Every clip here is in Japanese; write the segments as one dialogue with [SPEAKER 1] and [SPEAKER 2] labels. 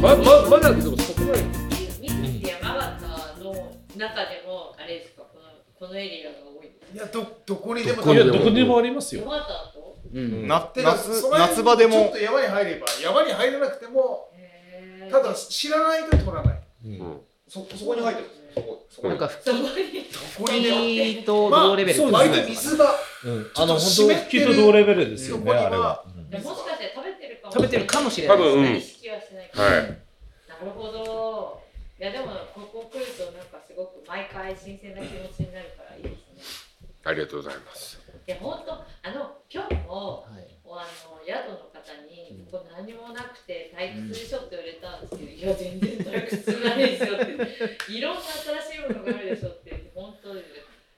[SPEAKER 1] ままだでもそこまで
[SPEAKER 2] 水木やマガタの中でもあれですかこのこのエリアが多いんです
[SPEAKER 3] いやどどこにでも
[SPEAKER 1] どこ
[SPEAKER 4] い
[SPEAKER 1] に
[SPEAKER 4] や
[SPEAKER 1] で
[SPEAKER 4] どこにもあります
[SPEAKER 2] か
[SPEAKER 4] よ
[SPEAKER 2] マガタと
[SPEAKER 1] うん
[SPEAKER 4] な
[SPEAKER 3] だって
[SPEAKER 5] 夏
[SPEAKER 3] その辺
[SPEAKER 5] 夏場で
[SPEAKER 3] ちょっ
[SPEAKER 5] も
[SPEAKER 3] と山に入れば山に入らなくても
[SPEAKER 2] へー
[SPEAKER 3] ただ知らないと取らない
[SPEAKER 4] うん
[SPEAKER 3] そそこに入ってるそこそこ
[SPEAKER 1] なん
[SPEAKER 3] に
[SPEAKER 1] か
[SPEAKER 2] そこに
[SPEAKER 3] ここにね
[SPEAKER 1] 吹きと同レベル
[SPEAKER 4] まあ
[SPEAKER 3] 割と水場
[SPEAKER 4] うん
[SPEAKER 3] ちょ
[SPEAKER 4] あ
[SPEAKER 3] っと
[SPEAKER 4] の
[SPEAKER 3] 湿
[SPEAKER 4] 本
[SPEAKER 3] って
[SPEAKER 4] 当
[SPEAKER 3] る
[SPEAKER 4] きっと同レベルですよ
[SPEAKER 3] そこに
[SPEAKER 4] ね
[SPEAKER 3] は
[SPEAKER 4] あれは
[SPEAKER 2] でもしかして食べてるかも
[SPEAKER 1] 食べてるかもしれな
[SPEAKER 6] 多
[SPEAKER 1] いです
[SPEAKER 6] 分
[SPEAKER 1] ね
[SPEAKER 2] 意識はしないけど、
[SPEAKER 6] は
[SPEAKER 2] ないるほどいやでもここ来るとなんかすごく毎回新鮮な気持ちになるからいいです
[SPEAKER 6] ありがとうございます
[SPEAKER 2] ねいや本当あの今日も
[SPEAKER 1] はい
[SPEAKER 2] あの宿の方に「ここ何もなくて退屈でしょ」って言われたんですけど「いや全然退屈ないですよ」って「いろんな新しいものがあるでしょ」って言って本当です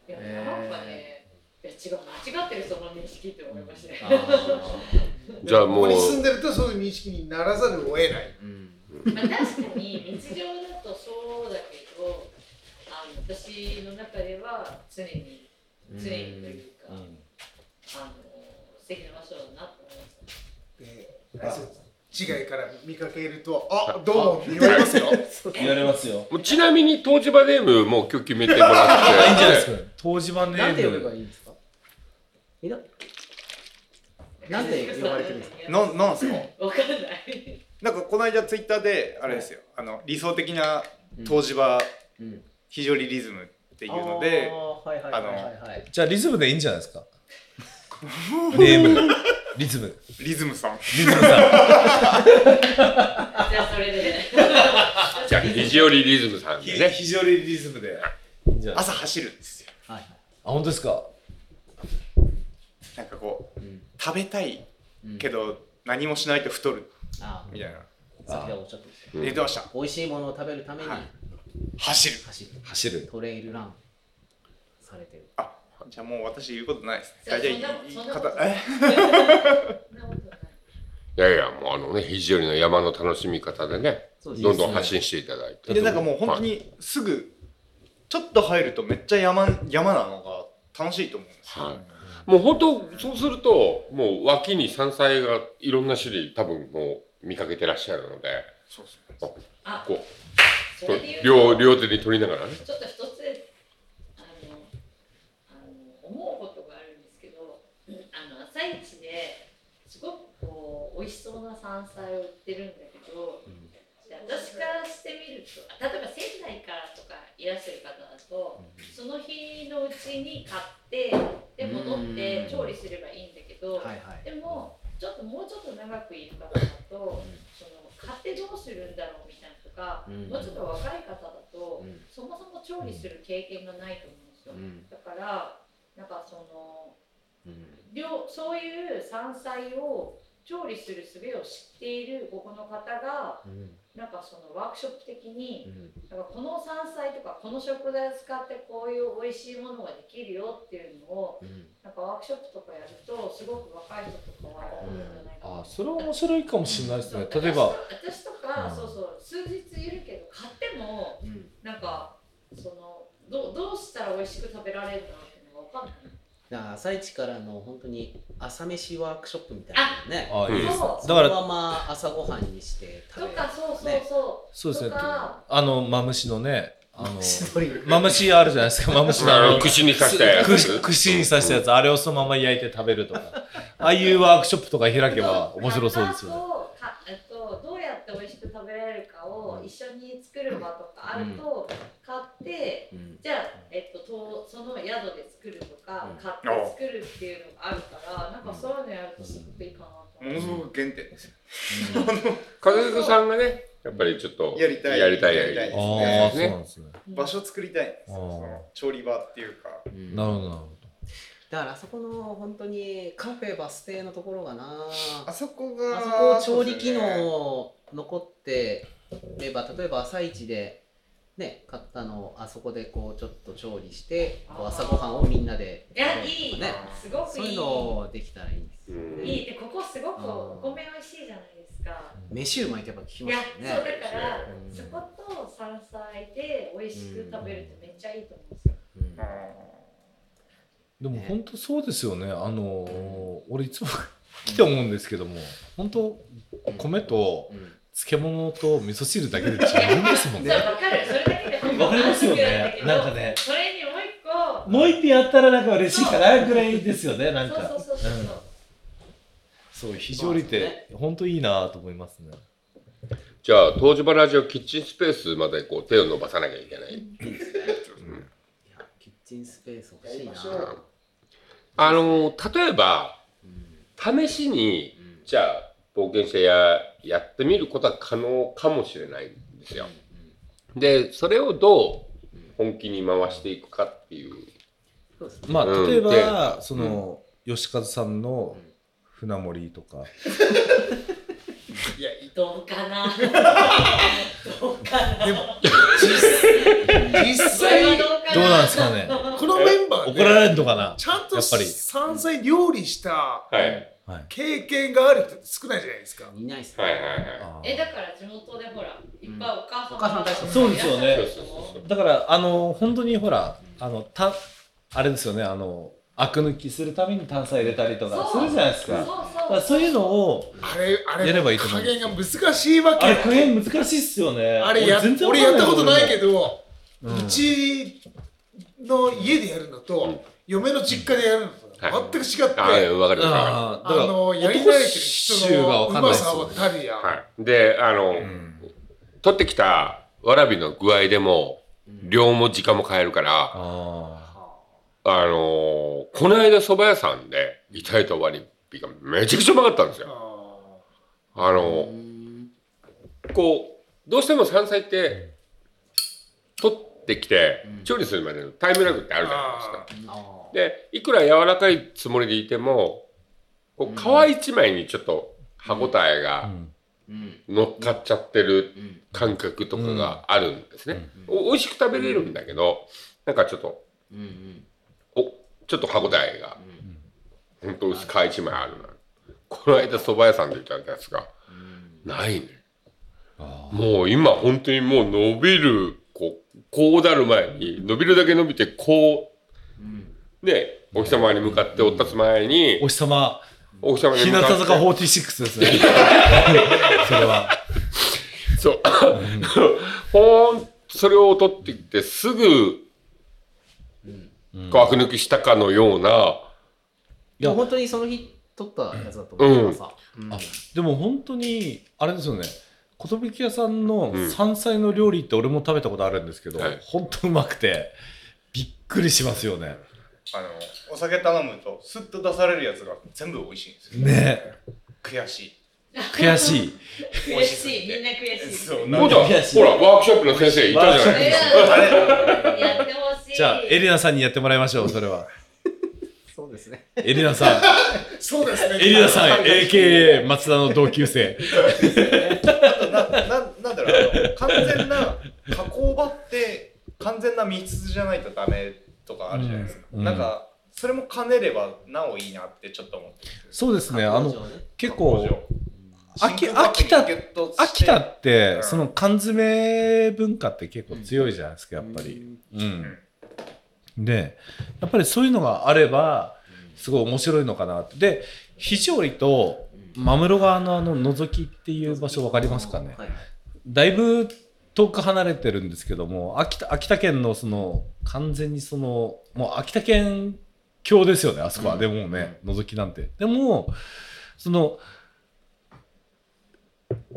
[SPEAKER 2] いやなんかね、いや違う間違ってるその認識って思いましたね。
[SPEAKER 6] じゃあも
[SPEAKER 3] こ
[SPEAKER 6] う
[SPEAKER 3] こに住んでるとそういう認識にならざるを得ない
[SPEAKER 1] うん
[SPEAKER 2] まあ、確かに日常だとそうだけどあの私の中では常に常にというか、あの素敵な場所だなと思いまし
[SPEAKER 3] で市街から見かけるとあどうも言われ ますよ
[SPEAKER 4] 言われますよ
[SPEAKER 6] もうちなみに東芝ネームもう今日決めてもらって
[SPEAKER 4] あいいんじゃないですか東芝ネ
[SPEAKER 1] なんて呼べ
[SPEAKER 4] ー
[SPEAKER 1] ば
[SPEAKER 4] ム
[SPEAKER 1] いいんですかみんな
[SPEAKER 2] た
[SPEAKER 1] なんて呼ばれてるんです
[SPEAKER 2] か
[SPEAKER 5] ななんすか
[SPEAKER 2] わかんない
[SPEAKER 5] なんかこの間ツイッターであれですよ、あの理想的な東芝
[SPEAKER 1] うん
[SPEAKER 5] 非常リリズムっていうの
[SPEAKER 1] あー
[SPEAKER 5] で、
[SPEAKER 1] はいはいはいはいはい
[SPEAKER 4] じゃあリズムでいいんじゃないです かネームリズム
[SPEAKER 5] リズムさん
[SPEAKER 4] リズムさ
[SPEAKER 2] じゃあそれで
[SPEAKER 6] じゃあ肘折リズムさんでね
[SPEAKER 4] 非常にリズムでいいんじゃないあ
[SPEAKER 5] 朝走るんですよ
[SPEAKER 1] はい
[SPEAKER 4] 本当ですか
[SPEAKER 5] なんかこう、
[SPEAKER 1] うん
[SPEAKER 5] 食べたい
[SPEAKER 1] うん
[SPEAKER 5] けど何もしないと太る
[SPEAKER 1] あ
[SPEAKER 5] みたいな、
[SPEAKER 1] ー先ほどおっしゃってました
[SPEAKER 6] うん
[SPEAKER 5] 言ってました
[SPEAKER 1] 美味しいものを食べるために
[SPEAKER 5] はい走る
[SPEAKER 1] 走る
[SPEAKER 4] 走る
[SPEAKER 1] トレイルランされてる
[SPEAKER 5] あじゃあもう私言うことないですね
[SPEAKER 2] じゃあ
[SPEAKER 5] 大体
[SPEAKER 2] そ
[SPEAKER 5] 言い
[SPEAKER 2] んなこと
[SPEAKER 5] 方え
[SPEAKER 2] そんなことない
[SPEAKER 6] いやいやもうあのね肘折の山の楽しみ方でね
[SPEAKER 1] そうですね
[SPEAKER 6] どんどん発信していただいて
[SPEAKER 5] でなんかもう本当にすぐちょっと入るとめっちゃ山山なのが楽しいと思うんですよ、
[SPEAKER 6] はい、もう本当そうするともう脇に山菜がいろんな種類多分もう見かけてらっしゃるので
[SPEAKER 5] そうそう
[SPEAKER 2] あ
[SPEAKER 6] こ
[SPEAKER 2] そうれで言うと
[SPEAKER 6] 両両手に取りながらね
[SPEAKER 2] ちょっと一つあのあの思うことがあるんですけど、あの朝市ですごくこう美味しそうな山菜を売ってるんだけど、私からしてみると、あ例えば仙台からとかいらっしゃる方だと、その日のうちに買ってで戻って調理すればいいんだけど、
[SPEAKER 1] はいはい
[SPEAKER 2] でもちょっともうちょっと長くいる方だと、その買ってどうするんだろうみたいなとか、
[SPEAKER 1] うん
[SPEAKER 2] もうちょっと若い方だと。
[SPEAKER 1] うん
[SPEAKER 2] そもそも調理する経験がないと思うんですよ、
[SPEAKER 1] うん
[SPEAKER 2] だからなんかその
[SPEAKER 1] うん
[SPEAKER 2] 料そういう山菜を調理する術を知っているここの方が
[SPEAKER 1] うん
[SPEAKER 2] なんかそのワークショップ的
[SPEAKER 1] う
[SPEAKER 2] に
[SPEAKER 1] ん
[SPEAKER 2] なんかこの山菜とかこの食材を使ってこういう美味しいものができるよっていうのを
[SPEAKER 1] うん
[SPEAKER 2] なんかワークショップとかやるとすごく若い人とかは多いんじゃないかな
[SPEAKER 4] あそれは面白いかもしれないですね
[SPEAKER 2] そう
[SPEAKER 4] 例えば
[SPEAKER 2] 私と私とか、
[SPEAKER 4] うん
[SPEAKER 2] そうそう数日いるけど買っても
[SPEAKER 1] うん
[SPEAKER 2] なんかそのどうどうしたら美味しく食べられるのかっていうのが分かんない。
[SPEAKER 1] だから朝一からの本当に朝飯ワークショップみたいなのね
[SPEAKER 4] あいいですね
[SPEAKER 2] そう
[SPEAKER 4] だ
[SPEAKER 1] そ
[SPEAKER 4] か
[SPEAKER 1] の
[SPEAKER 4] ら
[SPEAKER 1] まま朝ごはんにして
[SPEAKER 2] と
[SPEAKER 1] 食べる
[SPEAKER 2] かそうそう
[SPEAKER 1] ね
[SPEAKER 2] そ
[SPEAKER 4] そうですね
[SPEAKER 2] とか
[SPEAKER 4] あのマムシのねあの
[SPEAKER 1] そういう
[SPEAKER 4] マムシあるじゃないですかマムシのあ
[SPEAKER 6] あ
[SPEAKER 4] の
[SPEAKER 6] の串に刺したやつ
[SPEAKER 4] く串に刺したやつあれをそのまま焼いて食べるとかああいうワークショップとか開
[SPEAKER 2] う。
[SPEAKER 4] けば面白そうですよね
[SPEAKER 2] よ、かえっとどうやって美味しく食べられるかを一緒に作る場とかあると買って、
[SPEAKER 1] うん
[SPEAKER 2] じゃあえっととその宿で作るとか
[SPEAKER 1] うん
[SPEAKER 2] 買って作るっていうのがあるから、なんかそういうのやるとすごくいいかなと思
[SPEAKER 5] も
[SPEAKER 2] う。
[SPEAKER 5] のすごく原点ですよ、
[SPEAKER 6] 風俗さんがねやっぱりちょっと
[SPEAKER 5] やりたい
[SPEAKER 6] やりたい
[SPEAKER 5] やりたい
[SPEAKER 4] あ
[SPEAKER 5] う
[SPEAKER 4] あー
[SPEAKER 5] ん
[SPEAKER 4] そうなんですね
[SPEAKER 5] 場所作りたいんですよ
[SPEAKER 4] あー
[SPEAKER 5] その調理場っていうか
[SPEAKER 1] うん
[SPEAKER 4] なるほどなるほ
[SPEAKER 1] だからあそこの本当にカフェバス停のところがな
[SPEAKER 5] あ
[SPEAKER 1] あ
[SPEAKER 5] そこが
[SPEAKER 1] そこ調理機
[SPEAKER 5] そう
[SPEAKER 1] 能残ってれば例えば朝一でね買ったのをあそこでこうちょっと調理してこう朝ごはんをみんなで
[SPEAKER 2] いやいい、
[SPEAKER 1] ね
[SPEAKER 2] すごく
[SPEAKER 1] そう
[SPEAKER 2] い
[SPEAKER 1] い。
[SPEAKER 2] いう
[SPEAKER 1] のできたらいいですよ
[SPEAKER 6] うん
[SPEAKER 1] ね
[SPEAKER 2] いいでここすごくお米美味しいじゃないですか。
[SPEAKER 1] 飯うまいってやっぱ聞き
[SPEAKER 2] い
[SPEAKER 1] ま
[SPEAKER 2] や、
[SPEAKER 1] す
[SPEAKER 2] そう
[SPEAKER 1] よね
[SPEAKER 2] だから、
[SPEAKER 1] うん
[SPEAKER 2] そこと山菜で美味しく食べるってめっちゃいいと思うんですよ。
[SPEAKER 1] うん
[SPEAKER 5] ですね
[SPEAKER 4] どでも
[SPEAKER 1] ね
[SPEAKER 4] 本当そうですよねあ のー俺いつも来て思うんですけども本当米と
[SPEAKER 1] うん
[SPEAKER 4] 漬物と味噌汁だけで違うんですもん
[SPEAKER 2] そう、
[SPEAKER 4] ね
[SPEAKER 2] わかる。それだけで本当
[SPEAKER 4] わかります
[SPEAKER 2] 満
[SPEAKER 4] よ
[SPEAKER 2] 足なんだけ
[SPEAKER 4] ね
[SPEAKER 2] ど
[SPEAKER 4] なんかね
[SPEAKER 2] それにもう一個。
[SPEAKER 4] もう一品やったらなんか嬉しいかなぐらいですよねなんか
[SPEAKER 2] そうそうそうそう。
[SPEAKER 4] そう非常にって本当いいなと思いますね
[SPEAKER 6] じゃあ東芝ラジオキッチンスペースまでこう手を伸ばさなきゃいけない、うん
[SPEAKER 1] いやキッチンスペース欲しいな。
[SPEAKER 6] あの例えば試しに
[SPEAKER 1] うん
[SPEAKER 6] じゃあ冒険してややってみることは可能かもしれないんですよ。でそれをどう本気に回していくかっていう
[SPEAKER 1] そうですね。
[SPEAKER 4] まあ
[SPEAKER 6] うん
[SPEAKER 4] 例えばその吉和さんの船盛りとか
[SPEAKER 5] いや
[SPEAKER 2] どうかな。どうかな。
[SPEAKER 3] でも実実
[SPEAKER 2] それ は
[SPEAKER 3] 際
[SPEAKER 2] どうかな。
[SPEAKER 4] どうなんですかね
[SPEAKER 3] このメンバー
[SPEAKER 4] 怒
[SPEAKER 3] で、
[SPEAKER 4] られるのかな
[SPEAKER 3] ちゃんと
[SPEAKER 4] やっぱり
[SPEAKER 3] 山菜料理した
[SPEAKER 6] はい
[SPEAKER 4] はい
[SPEAKER 3] 経験がある人って少ないじゃないですか。
[SPEAKER 1] いないっすね。
[SPEAKER 6] はいはいは
[SPEAKER 4] あー
[SPEAKER 2] え、だから地元でほら、いっぱいお母さん。
[SPEAKER 1] お母さん大好き
[SPEAKER 4] そうですよね
[SPEAKER 6] い。そうそうそう
[SPEAKER 4] だからあの本当にほらあのたあれですよねあのアク抜きするために炭酸入れたりとかす
[SPEAKER 2] そう
[SPEAKER 4] るじゃないです
[SPEAKER 2] そう
[SPEAKER 4] かだか
[SPEAKER 2] そう
[SPEAKER 4] ら。そういうのを
[SPEAKER 3] あれ、あれ、
[SPEAKER 4] やればいいと思う
[SPEAKER 3] 加減が難しいわ
[SPEAKER 4] あれ
[SPEAKER 3] け。
[SPEAKER 4] 加減難しいっすよね
[SPEAKER 3] あれや、
[SPEAKER 4] 全然わ
[SPEAKER 3] 俺
[SPEAKER 4] か
[SPEAKER 3] や
[SPEAKER 4] ん
[SPEAKER 3] ったことないけど、
[SPEAKER 4] 俺もうん
[SPEAKER 3] うちの家でやるのと、嫁の実家でやるのと
[SPEAKER 6] はい、
[SPEAKER 3] 全く違って、
[SPEAKER 6] はいわかりますわか
[SPEAKER 4] ああ
[SPEAKER 3] あ
[SPEAKER 4] だから
[SPEAKER 3] の、やり慣れてる人
[SPEAKER 4] 男臭が
[SPEAKER 3] の
[SPEAKER 4] わ
[SPEAKER 3] う
[SPEAKER 4] かんない
[SPEAKER 3] ま
[SPEAKER 4] です
[SPEAKER 3] さ
[SPEAKER 4] よ
[SPEAKER 3] は
[SPEAKER 4] ね
[SPEAKER 3] たるや
[SPEAKER 6] ります。はい、であの、取ってきたわらびの具合でも量も時間も変えるから、
[SPEAKER 4] あ
[SPEAKER 6] あのーこの間蕎麦屋さんでいただいた割りがめちゃくちゃうまかったんです
[SPEAKER 3] あ
[SPEAKER 6] よ。
[SPEAKER 3] ー
[SPEAKER 6] あ
[SPEAKER 1] う
[SPEAKER 6] の
[SPEAKER 1] ん
[SPEAKER 6] ーこうどうしても山菜って取ってきて調理するまでのタイムラグってあるじゃないですか
[SPEAKER 3] あ。
[SPEAKER 1] あー
[SPEAKER 6] でいくら柔らかいつもりでいてもこう皮一枚にちょっと歯応え
[SPEAKER 4] あう
[SPEAKER 6] が
[SPEAKER 4] ん
[SPEAKER 1] うん
[SPEAKER 6] 乗っかっちゃってる
[SPEAKER 1] うん
[SPEAKER 6] 感覚とかがあるんですね。お美味しく食べれるんだけどなんかちょっと
[SPEAKER 1] うんうん
[SPEAKER 6] おちょっと歯応えが
[SPEAKER 1] うん
[SPEAKER 6] 本当薄皮一枚あるなこの間蕎麦屋さんでいただいたやつが
[SPEAKER 1] うん
[SPEAKER 6] ないね
[SPEAKER 4] あ
[SPEAKER 6] もう今本当にもう伸びるこうこうなる前に伸びるだけ伸びてこ
[SPEAKER 1] うん
[SPEAKER 6] うでお日様に向かっておったつ前
[SPEAKER 4] ー
[SPEAKER 6] に
[SPEAKER 4] お日様
[SPEAKER 6] お日様に
[SPEAKER 4] 日
[SPEAKER 6] 向
[SPEAKER 4] 向
[SPEAKER 6] かって
[SPEAKER 4] 坂46で すねそれは
[SPEAKER 6] そうほーんそれを取ってきてすぐこうアク抜きしたかのような
[SPEAKER 1] でも本当にその日撮ったやつだと思うからさ。うん
[SPEAKER 4] あでも本当にあれですよね寿屋さんの
[SPEAKER 6] うん
[SPEAKER 4] 山菜の料理って俺も食べたことあるんですけど、
[SPEAKER 6] はい
[SPEAKER 4] 本当うまくてびっくりしますよね
[SPEAKER 5] あのお酒頼むとスッと出されるやつが全部美味しいんですよ
[SPEAKER 4] ね
[SPEAKER 5] 悔しい
[SPEAKER 4] 悔しい
[SPEAKER 2] 悔しい。みんな悔しい。
[SPEAKER 5] そう
[SPEAKER 6] ほ
[SPEAKER 5] な
[SPEAKER 6] ら
[SPEAKER 5] んか
[SPEAKER 6] ほらワークショップの先生いたじゃない
[SPEAKER 2] え
[SPEAKER 6] ですか
[SPEAKER 2] ーやってほしい。
[SPEAKER 4] じゃあエリナさんにやってもらいましょうそれは
[SPEAKER 1] そうですね。
[SPEAKER 4] エリナさん
[SPEAKER 3] そうですね。
[SPEAKER 4] エリナさん AKA 松田の同級生
[SPEAKER 5] ななんだろうあの完全な加工場って完全な密室じゃないとダメとかあるじゃないですか、
[SPEAKER 4] うん
[SPEAKER 5] なんかそれも兼ねればなおいいなってちょっと思って
[SPEAKER 4] そうですねあの
[SPEAKER 1] 工場ね
[SPEAKER 4] 結構秋
[SPEAKER 5] 真空パックに
[SPEAKER 4] 秋田
[SPEAKER 5] ゲットして
[SPEAKER 4] 秋田って
[SPEAKER 5] うん
[SPEAKER 4] その缶詰文化って結構強いじゃないですかやっぱり。うんでやっぱりそういうのがあればすごい面白いのかなってで肘折と真室川のあの覗きっていう場所分かりますかね
[SPEAKER 1] はい
[SPEAKER 4] だいぶ遠く離れてるんですけども秋田秋田県のその完全にそのもう秋田県境ですよねあそこは、
[SPEAKER 1] うん
[SPEAKER 4] でもね覗きなんてでもその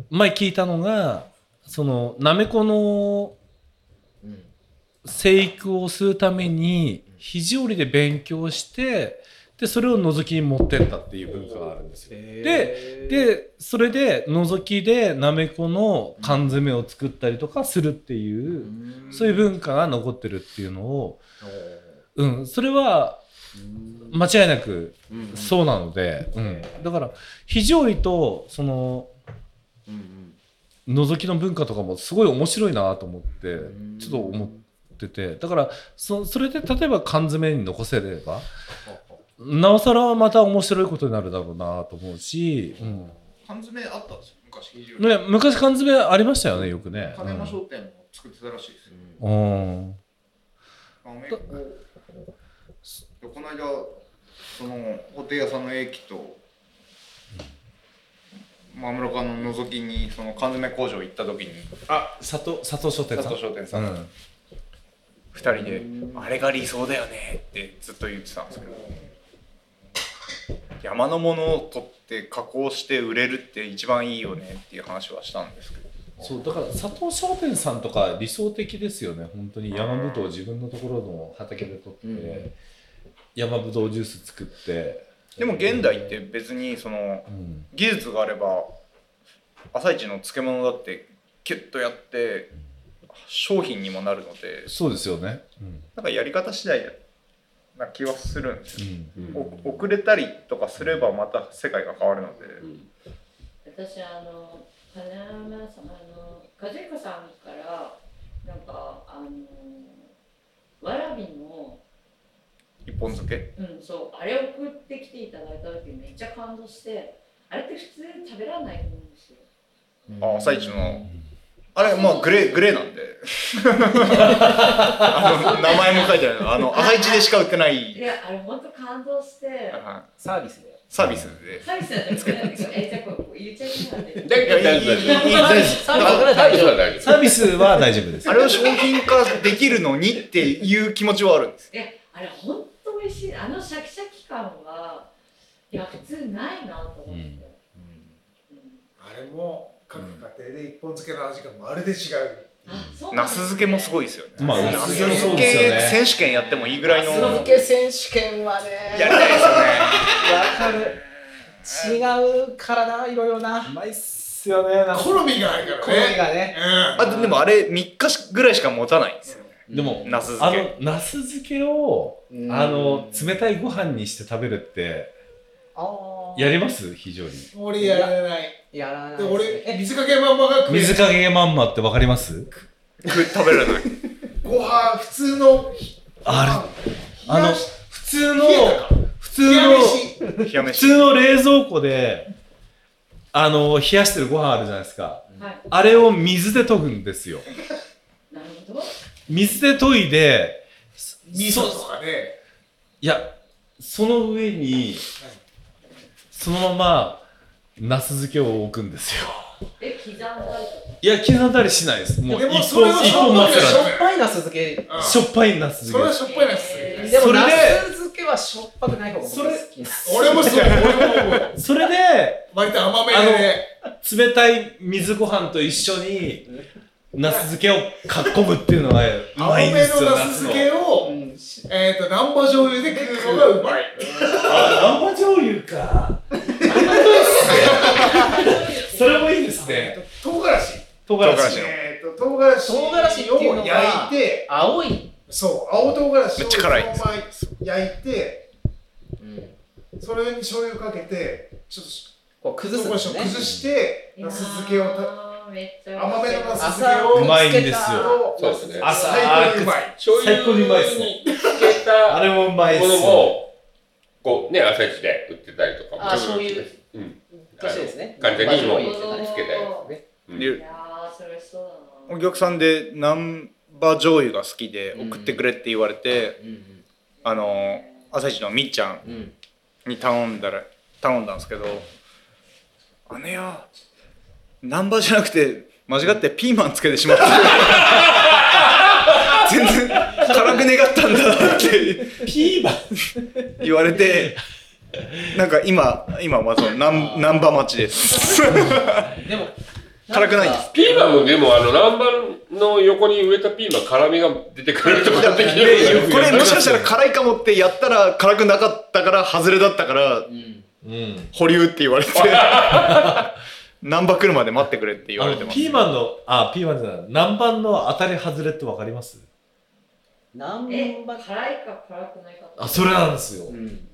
[SPEAKER 4] 前聞いたのがそのなめこの
[SPEAKER 1] うん
[SPEAKER 4] 生育をするために肘折で勉強してでそれを覗きに持ってったっていう文化があるんですよ
[SPEAKER 1] へー、
[SPEAKER 4] でそれで覗きでなめこの缶詰を作ったりとかするって
[SPEAKER 1] う
[SPEAKER 4] いう、
[SPEAKER 1] ん
[SPEAKER 4] そういう文化が残ってるっていうのを、
[SPEAKER 1] おー
[SPEAKER 4] うん、それは
[SPEAKER 1] うん
[SPEAKER 4] 間違いなく
[SPEAKER 1] うん
[SPEAKER 4] そうなので、うん、だから肘折とその
[SPEAKER 1] うん
[SPEAKER 4] 覗きの文化とかもすごい面白いなと思って
[SPEAKER 1] うん
[SPEAKER 4] ちょっと思っててだからそそれで例えば缶詰に残せればなおさらまた面白いことになるだろうなと思うし、うん
[SPEAKER 5] 缶詰あったんですよ昔非常に
[SPEAKER 4] ね、昔缶詰ありましたよねよくね。
[SPEAKER 5] 金山商店も作ってたらしいですよ、
[SPEAKER 4] うん
[SPEAKER 5] あのこの間そのホテイ屋さんの駅とまあ村川の覗きにその缶詰工場行った時に
[SPEAKER 4] あ佐藤佐藤商店さん
[SPEAKER 5] 佐藤商店さん
[SPEAKER 4] うん
[SPEAKER 5] 2人で「あれが理想だよね」ってずっと言ってたんですけど山のものを取って加工して売れるって一番いいよねっていう話はしたんですけど
[SPEAKER 4] そうだから佐藤商店さんとか理想的ですよね本当に山ぶどう自分のところの畑で取って、
[SPEAKER 1] うん
[SPEAKER 4] 山ぶどうジュース作って
[SPEAKER 5] でも現代って、別にその
[SPEAKER 4] うん、
[SPEAKER 5] 技術があれば朝一の漬物だってキュッとやって商品にもなるので
[SPEAKER 4] そうですよね、うん
[SPEAKER 5] なんかやり方次第な気はするんですよ
[SPEAKER 4] うん
[SPEAKER 6] うん
[SPEAKER 5] お遅れたりとかすればまた世界が変わるので、
[SPEAKER 6] うん
[SPEAKER 2] 私あの金山さんあの和彦さんからなんかあのわらびの
[SPEAKER 5] 一本漬け
[SPEAKER 2] うんそうあれ送ってきていただいた時めっちゃ感動してあれって普通に食べられないと思うんですよ
[SPEAKER 5] あ朝一のあれまあグレーグレーなんで あの名前も書いてあるあの朝一でしか売ってないい
[SPEAKER 2] やあれ本当感動して
[SPEAKER 5] はい
[SPEAKER 1] サービスで
[SPEAKER 5] サービスで
[SPEAKER 2] サービスなんですけどえじゃあこれ入れちゃいけないんで
[SPEAKER 6] だけど大丈夫
[SPEAKER 5] いやいいいい
[SPEAKER 6] 大丈夫
[SPEAKER 1] サービスは大丈夫
[SPEAKER 6] サービスは大丈
[SPEAKER 4] サービスは大丈夫です
[SPEAKER 5] あれを商品化できるのにっていう気持ちはあるんです
[SPEAKER 2] いやあれ本当美味しいあのシャキシャキ感はいや普通ないなと思って、
[SPEAKER 3] あれも各家庭で一本漬けの味がまるで違う。
[SPEAKER 2] あそうなん
[SPEAKER 5] ナ
[SPEAKER 2] です
[SPEAKER 5] ス
[SPEAKER 2] ね
[SPEAKER 5] 漬けもすごいですよね
[SPEAKER 4] まあ
[SPEAKER 5] ナ
[SPEAKER 4] 茄
[SPEAKER 5] ス
[SPEAKER 4] 子
[SPEAKER 5] 漬
[SPEAKER 4] もそうですよ
[SPEAKER 5] け
[SPEAKER 4] ね
[SPEAKER 5] 選手権やってもいいぐらいの
[SPEAKER 1] ス
[SPEAKER 5] や
[SPEAKER 1] ノ
[SPEAKER 5] り
[SPEAKER 1] ケ選手権はね
[SPEAKER 5] たいですよね
[SPEAKER 1] わかる違うからないろいろな
[SPEAKER 4] うまいっすよねなんか
[SPEAKER 3] 好みがあるか
[SPEAKER 1] 好
[SPEAKER 3] ら
[SPEAKER 1] み
[SPEAKER 3] ね。
[SPEAKER 1] がね
[SPEAKER 5] あとでもあれ3日ぐらいしか持たないんですよね
[SPEAKER 4] でも
[SPEAKER 5] ナス
[SPEAKER 4] あ
[SPEAKER 5] 漬け
[SPEAKER 4] のナス漬けを
[SPEAKER 1] うん
[SPEAKER 4] あの冷たいご飯にして食べるって
[SPEAKER 1] あー
[SPEAKER 4] やります非常に
[SPEAKER 3] うん。俺やらない。
[SPEAKER 1] やらない
[SPEAKER 3] で
[SPEAKER 1] え
[SPEAKER 3] 俺水かけまんまが食える
[SPEAKER 4] 水かけまんまってわかります
[SPEAKER 5] 食食べられない
[SPEAKER 3] ご飯普通の
[SPEAKER 4] あ
[SPEAKER 3] れ
[SPEAKER 4] あの普通の
[SPEAKER 3] 冷えた
[SPEAKER 4] 普
[SPEAKER 3] 冷
[SPEAKER 4] 通の
[SPEAKER 3] や飯
[SPEAKER 5] 冷や
[SPEAKER 4] 普
[SPEAKER 5] 飯
[SPEAKER 4] 通の冷蔵庫であの冷やしてるご飯あるじゃないですか
[SPEAKER 2] はい
[SPEAKER 4] あれを水で研ぐんですよ
[SPEAKER 2] なるほど
[SPEAKER 4] 水で研いで
[SPEAKER 3] 味
[SPEAKER 4] そ
[SPEAKER 3] 噌とかね
[SPEAKER 4] いやその上にそのままナス漬けを置くんですよ
[SPEAKER 2] え刻んだりとか
[SPEAKER 4] いや刻んだりしないですもう
[SPEAKER 3] でも
[SPEAKER 4] 一
[SPEAKER 3] それ
[SPEAKER 4] 本
[SPEAKER 3] は
[SPEAKER 4] 一本
[SPEAKER 3] そ
[SPEAKER 4] 待
[SPEAKER 3] う
[SPEAKER 4] つ
[SPEAKER 1] しょ
[SPEAKER 4] か
[SPEAKER 1] っぱいな酢漬け
[SPEAKER 3] う
[SPEAKER 4] ら
[SPEAKER 3] ん
[SPEAKER 4] しょっぱいナス
[SPEAKER 3] それは
[SPEAKER 4] 漬
[SPEAKER 3] しょっぱいなやつ
[SPEAKER 2] えー
[SPEAKER 1] でも
[SPEAKER 4] それで
[SPEAKER 1] なす漬けはしょっぱくない方が僕好きなんです
[SPEAKER 3] 俺もそう俺も思う
[SPEAKER 4] けそれで
[SPEAKER 3] 割と甘めでね
[SPEAKER 4] 冷たい水ご飯と一緒にナス漬けをかっこむっていうのがう
[SPEAKER 3] 甘
[SPEAKER 4] まいんで
[SPEAKER 3] め
[SPEAKER 4] す
[SPEAKER 3] の
[SPEAKER 4] よ
[SPEAKER 3] なす漬けを
[SPEAKER 1] うん
[SPEAKER 3] えっと南波醤油で食うのがうまい
[SPEAKER 4] あ、生醤油か。それもいいです
[SPEAKER 3] え
[SPEAKER 4] ね。
[SPEAKER 3] ーと唐辛子
[SPEAKER 4] 唐
[SPEAKER 5] 辛
[SPEAKER 4] 辛
[SPEAKER 5] 子
[SPEAKER 4] 子。
[SPEAKER 3] えーと唐辛子
[SPEAKER 1] 唐辛子っていうの
[SPEAKER 3] を
[SPEAKER 1] が
[SPEAKER 3] 焼いて
[SPEAKER 1] 青い、
[SPEAKER 3] そう青唐辛子
[SPEAKER 5] めっちゃ辛い
[SPEAKER 3] をそのまま焼いて
[SPEAKER 1] うん、
[SPEAKER 3] それに醤油かけてちょっと
[SPEAKER 1] こう崩すん
[SPEAKER 3] 崩
[SPEAKER 1] で
[SPEAKER 3] し
[SPEAKER 1] すね
[SPEAKER 2] い
[SPEAKER 3] 崩して
[SPEAKER 2] や
[SPEAKER 3] な
[SPEAKER 2] ー
[SPEAKER 3] す漬けをた
[SPEAKER 2] めっちゃ
[SPEAKER 3] 甘めのナス
[SPEAKER 1] 朝
[SPEAKER 3] 漬けを
[SPEAKER 4] うまいんですよ
[SPEAKER 3] と
[SPEAKER 6] そうですね
[SPEAKER 4] 朝
[SPEAKER 3] 最高にうまい
[SPEAKER 4] 最高にうまいっすね
[SPEAKER 6] につけた
[SPEAKER 4] あれもうまいっ
[SPEAKER 6] も
[SPEAKER 4] す
[SPEAKER 6] の
[SPEAKER 4] よ。
[SPEAKER 6] も、こうね、朝一で売ってたりとかも。
[SPEAKER 1] あ醤油
[SPEAKER 6] うん。
[SPEAKER 1] 消してですね
[SPEAKER 6] 完全にもう
[SPEAKER 1] 醤油って
[SPEAKER 6] つけたやつね。うん
[SPEAKER 2] いやーそれ美味しそうだな
[SPEAKER 5] お客さんで南波醤油が好きで送ってくれって言われて、
[SPEAKER 1] うん
[SPEAKER 5] あの朝一のみっちゃん
[SPEAKER 1] うんうん
[SPEAKER 5] に頼んだら頼んだんですけど「姉や南波じゃなくて間違ってピーマンつけてしまった」 全然辛く願ったんだって
[SPEAKER 4] ピーマン。
[SPEAKER 5] 言われてなんか今今まあその南南波町です
[SPEAKER 1] でも
[SPEAKER 5] 辛くないんです
[SPEAKER 6] ピーマンもでも、あの、ランバンの横に植えたピーマン、辛みが出てくるとかできる
[SPEAKER 5] これもしかしたら辛いかもってやったら辛くなかったから外れだったから
[SPEAKER 1] うん
[SPEAKER 4] うん。
[SPEAKER 5] 保留って言われて 難波来るまで待ってくれって言われてます
[SPEAKER 4] ピーマンの、あ、ピーマンじゃない、南蛮の当たり外れってわかります
[SPEAKER 1] 南
[SPEAKER 2] え辛
[SPEAKER 1] 蛮
[SPEAKER 2] いか辛くないか
[SPEAKER 4] あ、それなんですよ
[SPEAKER 1] う。ん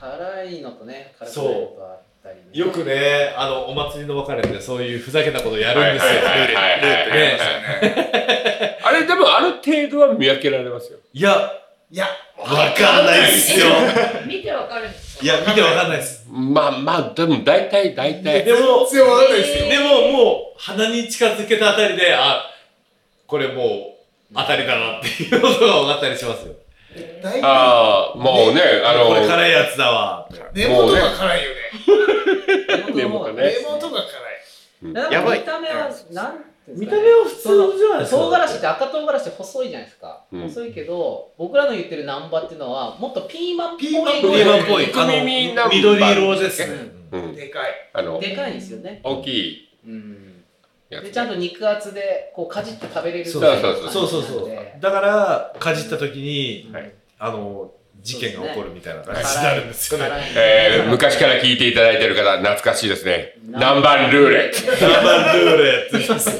[SPEAKER 1] 辛いのとね辛く
[SPEAKER 4] そう
[SPEAKER 1] ないのとあったりね
[SPEAKER 4] よくね、あの、お祭りの別れでそういうふざけたことやるんですよ。
[SPEAKER 6] ねあれ、でも、ある程度は見分けられますよ。
[SPEAKER 4] いや、わ
[SPEAKER 3] いや
[SPEAKER 4] かんないっすよ。
[SPEAKER 2] 見てわかるんですか
[SPEAKER 4] いや、見てわかんないっす。
[SPEAKER 6] まあまあ、でも、大体、大体。
[SPEAKER 4] でも、
[SPEAKER 3] 全然わかんないですよ
[SPEAKER 4] でももう鼻に近づけたあたりであこれもう当たりだなっていうことが分かったりしますよ
[SPEAKER 3] 大体
[SPEAKER 6] ああ、もうね、あ
[SPEAKER 4] これ
[SPEAKER 6] の、
[SPEAKER 4] 辛いやつだわ。
[SPEAKER 3] 根元が辛いよね
[SPEAKER 6] 根元ね
[SPEAKER 3] 根元が辛い
[SPEAKER 1] なん
[SPEAKER 5] や
[SPEAKER 1] か
[SPEAKER 5] ばい
[SPEAKER 1] 見た目はなんていうんですかね
[SPEAKER 4] 見た目は普通じゃないですか。
[SPEAKER 1] 唐辛子って赤唐辛子って細いじゃないですか、
[SPEAKER 6] うん
[SPEAKER 1] 細いけど僕らの言ってる南波っていうのはもっとピーマンっぽい
[SPEAKER 3] ピーマンっぽ
[SPEAKER 4] ピーマンっぽい。
[SPEAKER 6] 肉
[SPEAKER 4] あ
[SPEAKER 6] 耳ナンバ
[SPEAKER 4] の、
[SPEAKER 6] ー
[SPEAKER 4] 緑色ですね。
[SPEAKER 6] うん、
[SPEAKER 3] でかい
[SPEAKER 6] あの、
[SPEAKER 1] でかいんですよね、
[SPEAKER 6] 大きい
[SPEAKER 1] うん、
[SPEAKER 6] や
[SPEAKER 1] で
[SPEAKER 6] つ
[SPEAKER 1] ち。ゃんと肉厚でこうかじって食べれる
[SPEAKER 4] そう
[SPEAKER 6] そうそう
[SPEAKER 4] そうそうそう。だから、かじった時に、
[SPEAKER 1] はい
[SPEAKER 4] あの、事件が起こるみたいな感じにな
[SPEAKER 1] 辛
[SPEAKER 4] るん
[SPEAKER 1] い
[SPEAKER 4] ですよね。
[SPEAKER 1] 辛い
[SPEAKER 6] えー、昔から聞いていただいてる方、懐かしいですね。南蛮ルーレッ
[SPEAKER 4] ナンバールーレット。
[SPEAKER 2] そ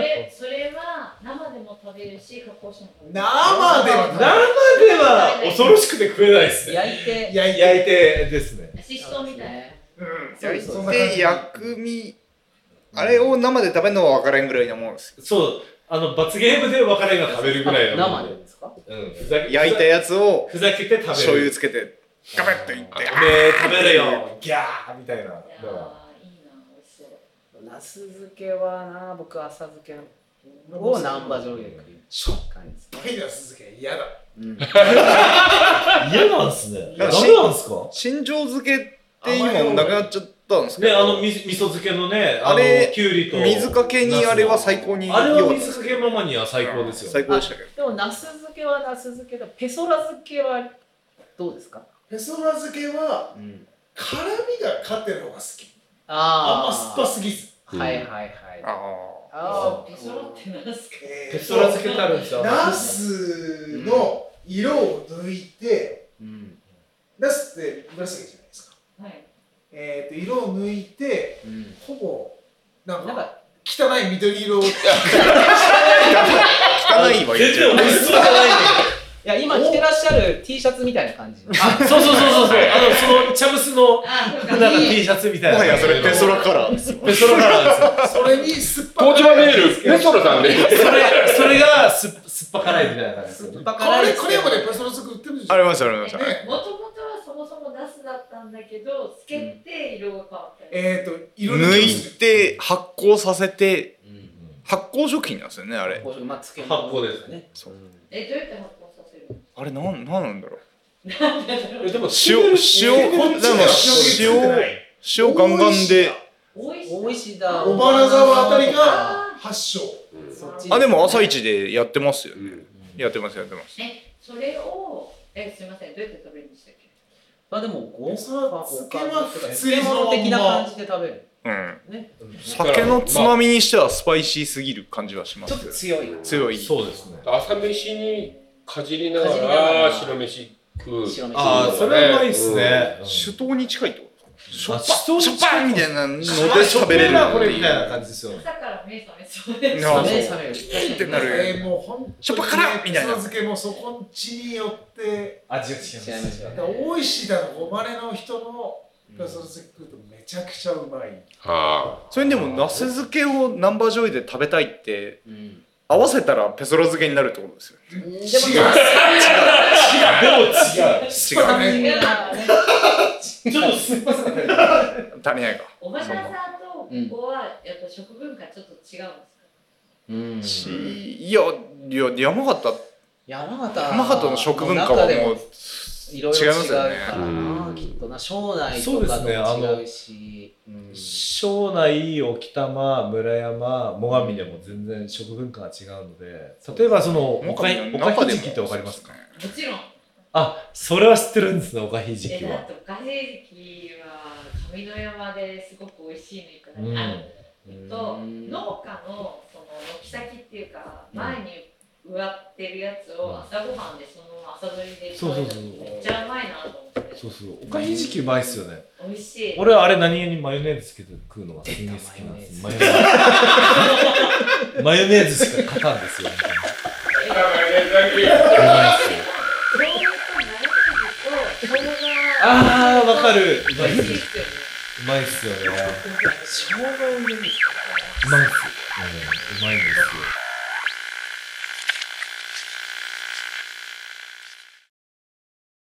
[SPEAKER 2] れそれは生でも食べるし加工しても食べる
[SPEAKER 3] 生では
[SPEAKER 4] 生では恐ろしくて食えないですね。
[SPEAKER 1] 焼いて
[SPEAKER 3] 焼いて
[SPEAKER 4] 焼いてですね。
[SPEAKER 2] ししとうみたいな
[SPEAKER 3] うん
[SPEAKER 1] そうそ
[SPEAKER 3] そ
[SPEAKER 1] う
[SPEAKER 3] んな感
[SPEAKER 5] で
[SPEAKER 3] じ
[SPEAKER 5] 薬味あれを生で食べるのは分からんぐらいなもんです
[SPEAKER 4] そう、あの、罰ゲームで別れが食べるぐらいのも
[SPEAKER 1] 生
[SPEAKER 4] ん
[SPEAKER 1] で。ですか
[SPEAKER 4] うん、ふざけ
[SPEAKER 5] 焼いたやつを
[SPEAKER 4] ふざけて食べる。
[SPEAKER 5] 醤油つけてガバッといって
[SPEAKER 4] で、食べるよ。ギャーみたいな。だか
[SPEAKER 2] いやーいい
[SPEAKER 4] ら
[SPEAKER 2] な美味しそう
[SPEAKER 1] なす漬けはな僕浅漬けを南波醤油で食う
[SPEAKER 3] しょっ
[SPEAKER 1] 感じですね
[SPEAKER 3] ぱいな酢漬け嫌だ
[SPEAKER 1] うん
[SPEAKER 4] 嫌なんすね。
[SPEAKER 5] な
[SPEAKER 4] ダ
[SPEAKER 5] ん
[SPEAKER 4] メ
[SPEAKER 5] か
[SPEAKER 4] なんすか
[SPEAKER 5] 新庄漬けって今もうなくなっちゃったんですけ
[SPEAKER 4] ね、あの
[SPEAKER 5] ど
[SPEAKER 4] み味噌漬けのね、あ
[SPEAKER 5] あれ
[SPEAKER 4] のきゅうりと
[SPEAKER 5] 水かけにあれは最高に
[SPEAKER 4] あれ
[SPEAKER 5] 良
[SPEAKER 4] は
[SPEAKER 5] かっ
[SPEAKER 4] 水かけままには最高です
[SPEAKER 5] た
[SPEAKER 4] よ。
[SPEAKER 5] 最高でしたけど
[SPEAKER 1] でもなす漬けはなす漬けでペソラ漬けはどうですか、
[SPEAKER 3] ペソラ漬けは辛みが勝ってる方が好きあん
[SPEAKER 1] あ
[SPEAKER 3] ま酸っぱすぎず
[SPEAKER 1] ぱはいはいはい
[SPEAKER 5] あ
[SPEAKER 1] あ
[SPEAKER 5] あ
[SPEAKER 1] あ
[SPEAKER 2] ペソロってなんですか
[SPEAKER 3] えー
[SPEAKER 4] ペソラ漬けってあるんですよ。
[SPEAKER 3] ナスの色を抜いて、
[SPEAKER 1] うん
[SPEAKER 3] ナスって紫じゃないですか。
[SPEAKER 2] はい
[SPEAKER 3] えー、と色を抜いて、
[SPEAKER 1] うん
[SPEAKER 3] ほぼなん
[SPEAKER 1] なん
[SPEAKER 3] か
[SPEAKER 1] か
[SPEAKER 3] 汚い緑色を。
[SPEAKER 5] 汚いわ言っ
[SPEAKER 4] 全
[SPEAKER 5] ちゃ
[SPEAKER 4] 然
[SPEAKER 5] う
[SPEAKER 4] 美味しそうじゃないんだ
[SPEAKER 1] いや今着てらっしゃる T シャツみたいな感じあ
[SPEAKER 4] けど。そうそうそうそうそう。あのそのチャムスの
[SPEAKER 2] あそうか
[SPEAKER 4] なんか T シャツみたいな。
[SPEAKER 5] もはやそれペソラカラーですよ
[SPEAKER 4] ペソラカラーですよ。
[SPEAKER 3] それに酸っぱ
[SPEAKER 6] トーチマメール、
[SPEAKER 3] ペ
[SPEAKER 6] ペソロさんで。
[SPEAKER 4] それそれがすすっぱ辛いみたいな感じですよね。
[SPEAKER 1] バ
[SPEAKER 3] これこれもねペソラ漬け売ってるでしょ。
[SPEAKER 5] ありましたありました
[SPEAKER 3] ね
[SPEAKER 2] もともとはそもそもナスだったんだけどつけて色が変わったり、
[SPEAKER 3] えっ、と色
[SPEAKER 5] 抜いて発酵させて
[SPEAKER 1] うん
[SPEAKER 5] 発酵食品なんですよねあれ
[SPEAKER 1] こうまあ漬
[SPEAKER 4] 発
[SPEAKER 1] 物
[SPEAKER 4] 酵です
[SPEAKER 1] ね
[SPEAKER 2] えどうやって発酵させる
[SPEAKER 5] あれなんなんなんだろう
[SPEAKER 4] えでも
[SPEAKER 5] 塩塩
[SPEAKER 3] こっ
[SPEAKER 5] で
[SPEAKER 3] ち
[SPEAKER 5] も
[SPEAKER 3] が塩気がない
[SPEAKER 5] 塩塩ガンガンで
[SPEAKER 2] 美味し
[SPEAKER 1] 大石
[SPEAKER 2] だ
[SPEAKER 1] 田
[SPEAKER 3] 小原沢あたり
[SPEAKER 2] あ
[SPEAKER 3] が発祥。
[SPEAKER 1] そっちすね
[SPEAKER 5] あでも朝一でやってますよ
[SPEAKER 6] う
[SPEAKER 5] ね
[SPEAKER 6] ん
[SPEAKER 5] やってますやってます
[SPEAKER 2] えそれをえすみませんどうやって食べるんでしたっけ
[SPEAKER 1] まあでもご
[SPEAKER 3] ペソラ漬けは普通
[SPEAKER 1] 漬物的
[SPEAKER 3] の
[SPEAKER 1] な
[SPEAKER 3] まま
[SPEAKER 1] 感じで食べる
[SPEAKER 5] うん
[SPEAKER 1] ね
[SPEAKER 5] 酒のつまみにしてはスパイシーすぎる感じはしま
[SPEAKER 1] ちょっと
[SPEAKER 5] す
[SPEAKER 1] 強い
[SPEAKER 5] 強い
[SPEAKER 4] そうですね。
[SPEAKER 6] 朝飯にかじりなが
[SPEAKER 1] かじりなが
[SPEAKER 6] ら
[SPEAKER 1] ら
[SPEAKER 6] 白飯食う。
[SPEAKER 1] 白飯
[SPEAKER 4] ああそれはうまいっすね。
[SPEAKER 5] 酒糖に近いってこと
[SPEAKER 4] しょっぱ
[SPEAKER 5] ショパンみたいなので食べれる
[SPEAKER 4] なこれみたいな感じですよね。
[SPEAKER 2] 朝から目覚めそうで
[SPEAKER 5] なあ
[SPEAKER 1] 冷め
[SPEAKER 5] そう
[SPEAKER 1] 冷める
[SPEAKER 5] ってなる
[SPEAKER 3] えーもうほんとにね
[SPEAKER 5] しょっぱ辛っみた
[SPEAKER 3] ペソ
[SPEAKER 5] いな
[SPEAKER 3] ラ漬けもそこんちによって。
[SPEAKER 4] 味が違い
[SPEAKER 1] 違いますよね
[SPEAKER 3] 大石田のごまれの人のペソラ漬け食うとめちゃくちゃうまい。
[SPEAKER 6] は
[SPEAKER 5] それでもナス漬けをナンバー醤油で食べたいって
[SPEAKER 1] うん
[SPEAKER 5] 合わせたらペソラ漬けになるってことですよね
[SPEAKER 1] でも違う
[SPEAKER 5] 違
[SPEAKER 3] そうだね
[SPEAKER 1] 違う
[SPEAKER 4] ちょっと酸っぱさがね
[SPEAKER 5] 足りないか
[SPEAKER 2] おばさんとここはやっぱ食文化ちょっと違うんですか、
[SPEAKER 1] うん
[SPEAKER 5] しいやいや山形
[SPEAKER 1] 山形
[SPEAKER 5] 山形の食文化はもう
[SPEAKER 1] いろいろ違うからな、
[SPEAKER 6] うん
[SPEAKER 1] きっとな庄内
[SPEAKER 4] そ
[SPEAKER 1] と
[SPEAKER 4] うで
[SPEAKER 1] か
[SPEAKER 4] す
[SPEAKER 1] と
[SPEAKER 4] ね
[SPEAKER 1] も違うしうん
[SPEAKER 4] 庄内、沖玉、村山、最上でも全然食文化が違うので、例えばその、おかひ、おかひじきってわかりますか
[SPEAKER 2] もちろん
[SPEAKER 4] あ、それは知ってるんですね、おかひじ
[SPEAKER 2] え
[SPEAKER 4] き
[SPEAKER 2] だ
[SPEAKER 4] は。
[SPEAKER 2] とガヘイキは上の山ですごく美味しいのいくら
[SPEAKER 4] うん。
[SPEAKER 2] あの
[SPEAKER 4] うん
[SPEAKER 2] と
[SPEAKER 1] うん
[SPEAKER 2] 農家のその軒先っていうか前に植わってるやつを朝ごはんでそのまま朝取りで
[SPEAKER 4] そうそうそう
[SPEAKER 2] めっちゃうまいなと思って
[SPEAKER 4] そうそう、おかひじきうまいっすよね。
[SPEAKER 2] 美味しい
[SPEAKER 4] 俺はあれ何気にマヨネーズつけて食うのが好きなんです。マヨネーズ。マヨネーズしか勝たんですよ。
[SPEAKER 2] 醤油とマヨネーズと生姜
[SPEAKER 4] うまいっすよ。あー、わかる。うまい
[SPEAKER 2] 美
[SPEAKER 4] っ
[SPEAKER 2] 味
[SPEAKER 4] す
[SPEAKER 2] しい
[SPEAKER 4] よ
[SPEAKER 2] っ。すよね
[SPEAKER 4] うまいっすよね。う
[SPEAKER 1] 生姜を入れる
[SPEAKER 4] まいっす。うんうまいんですよ。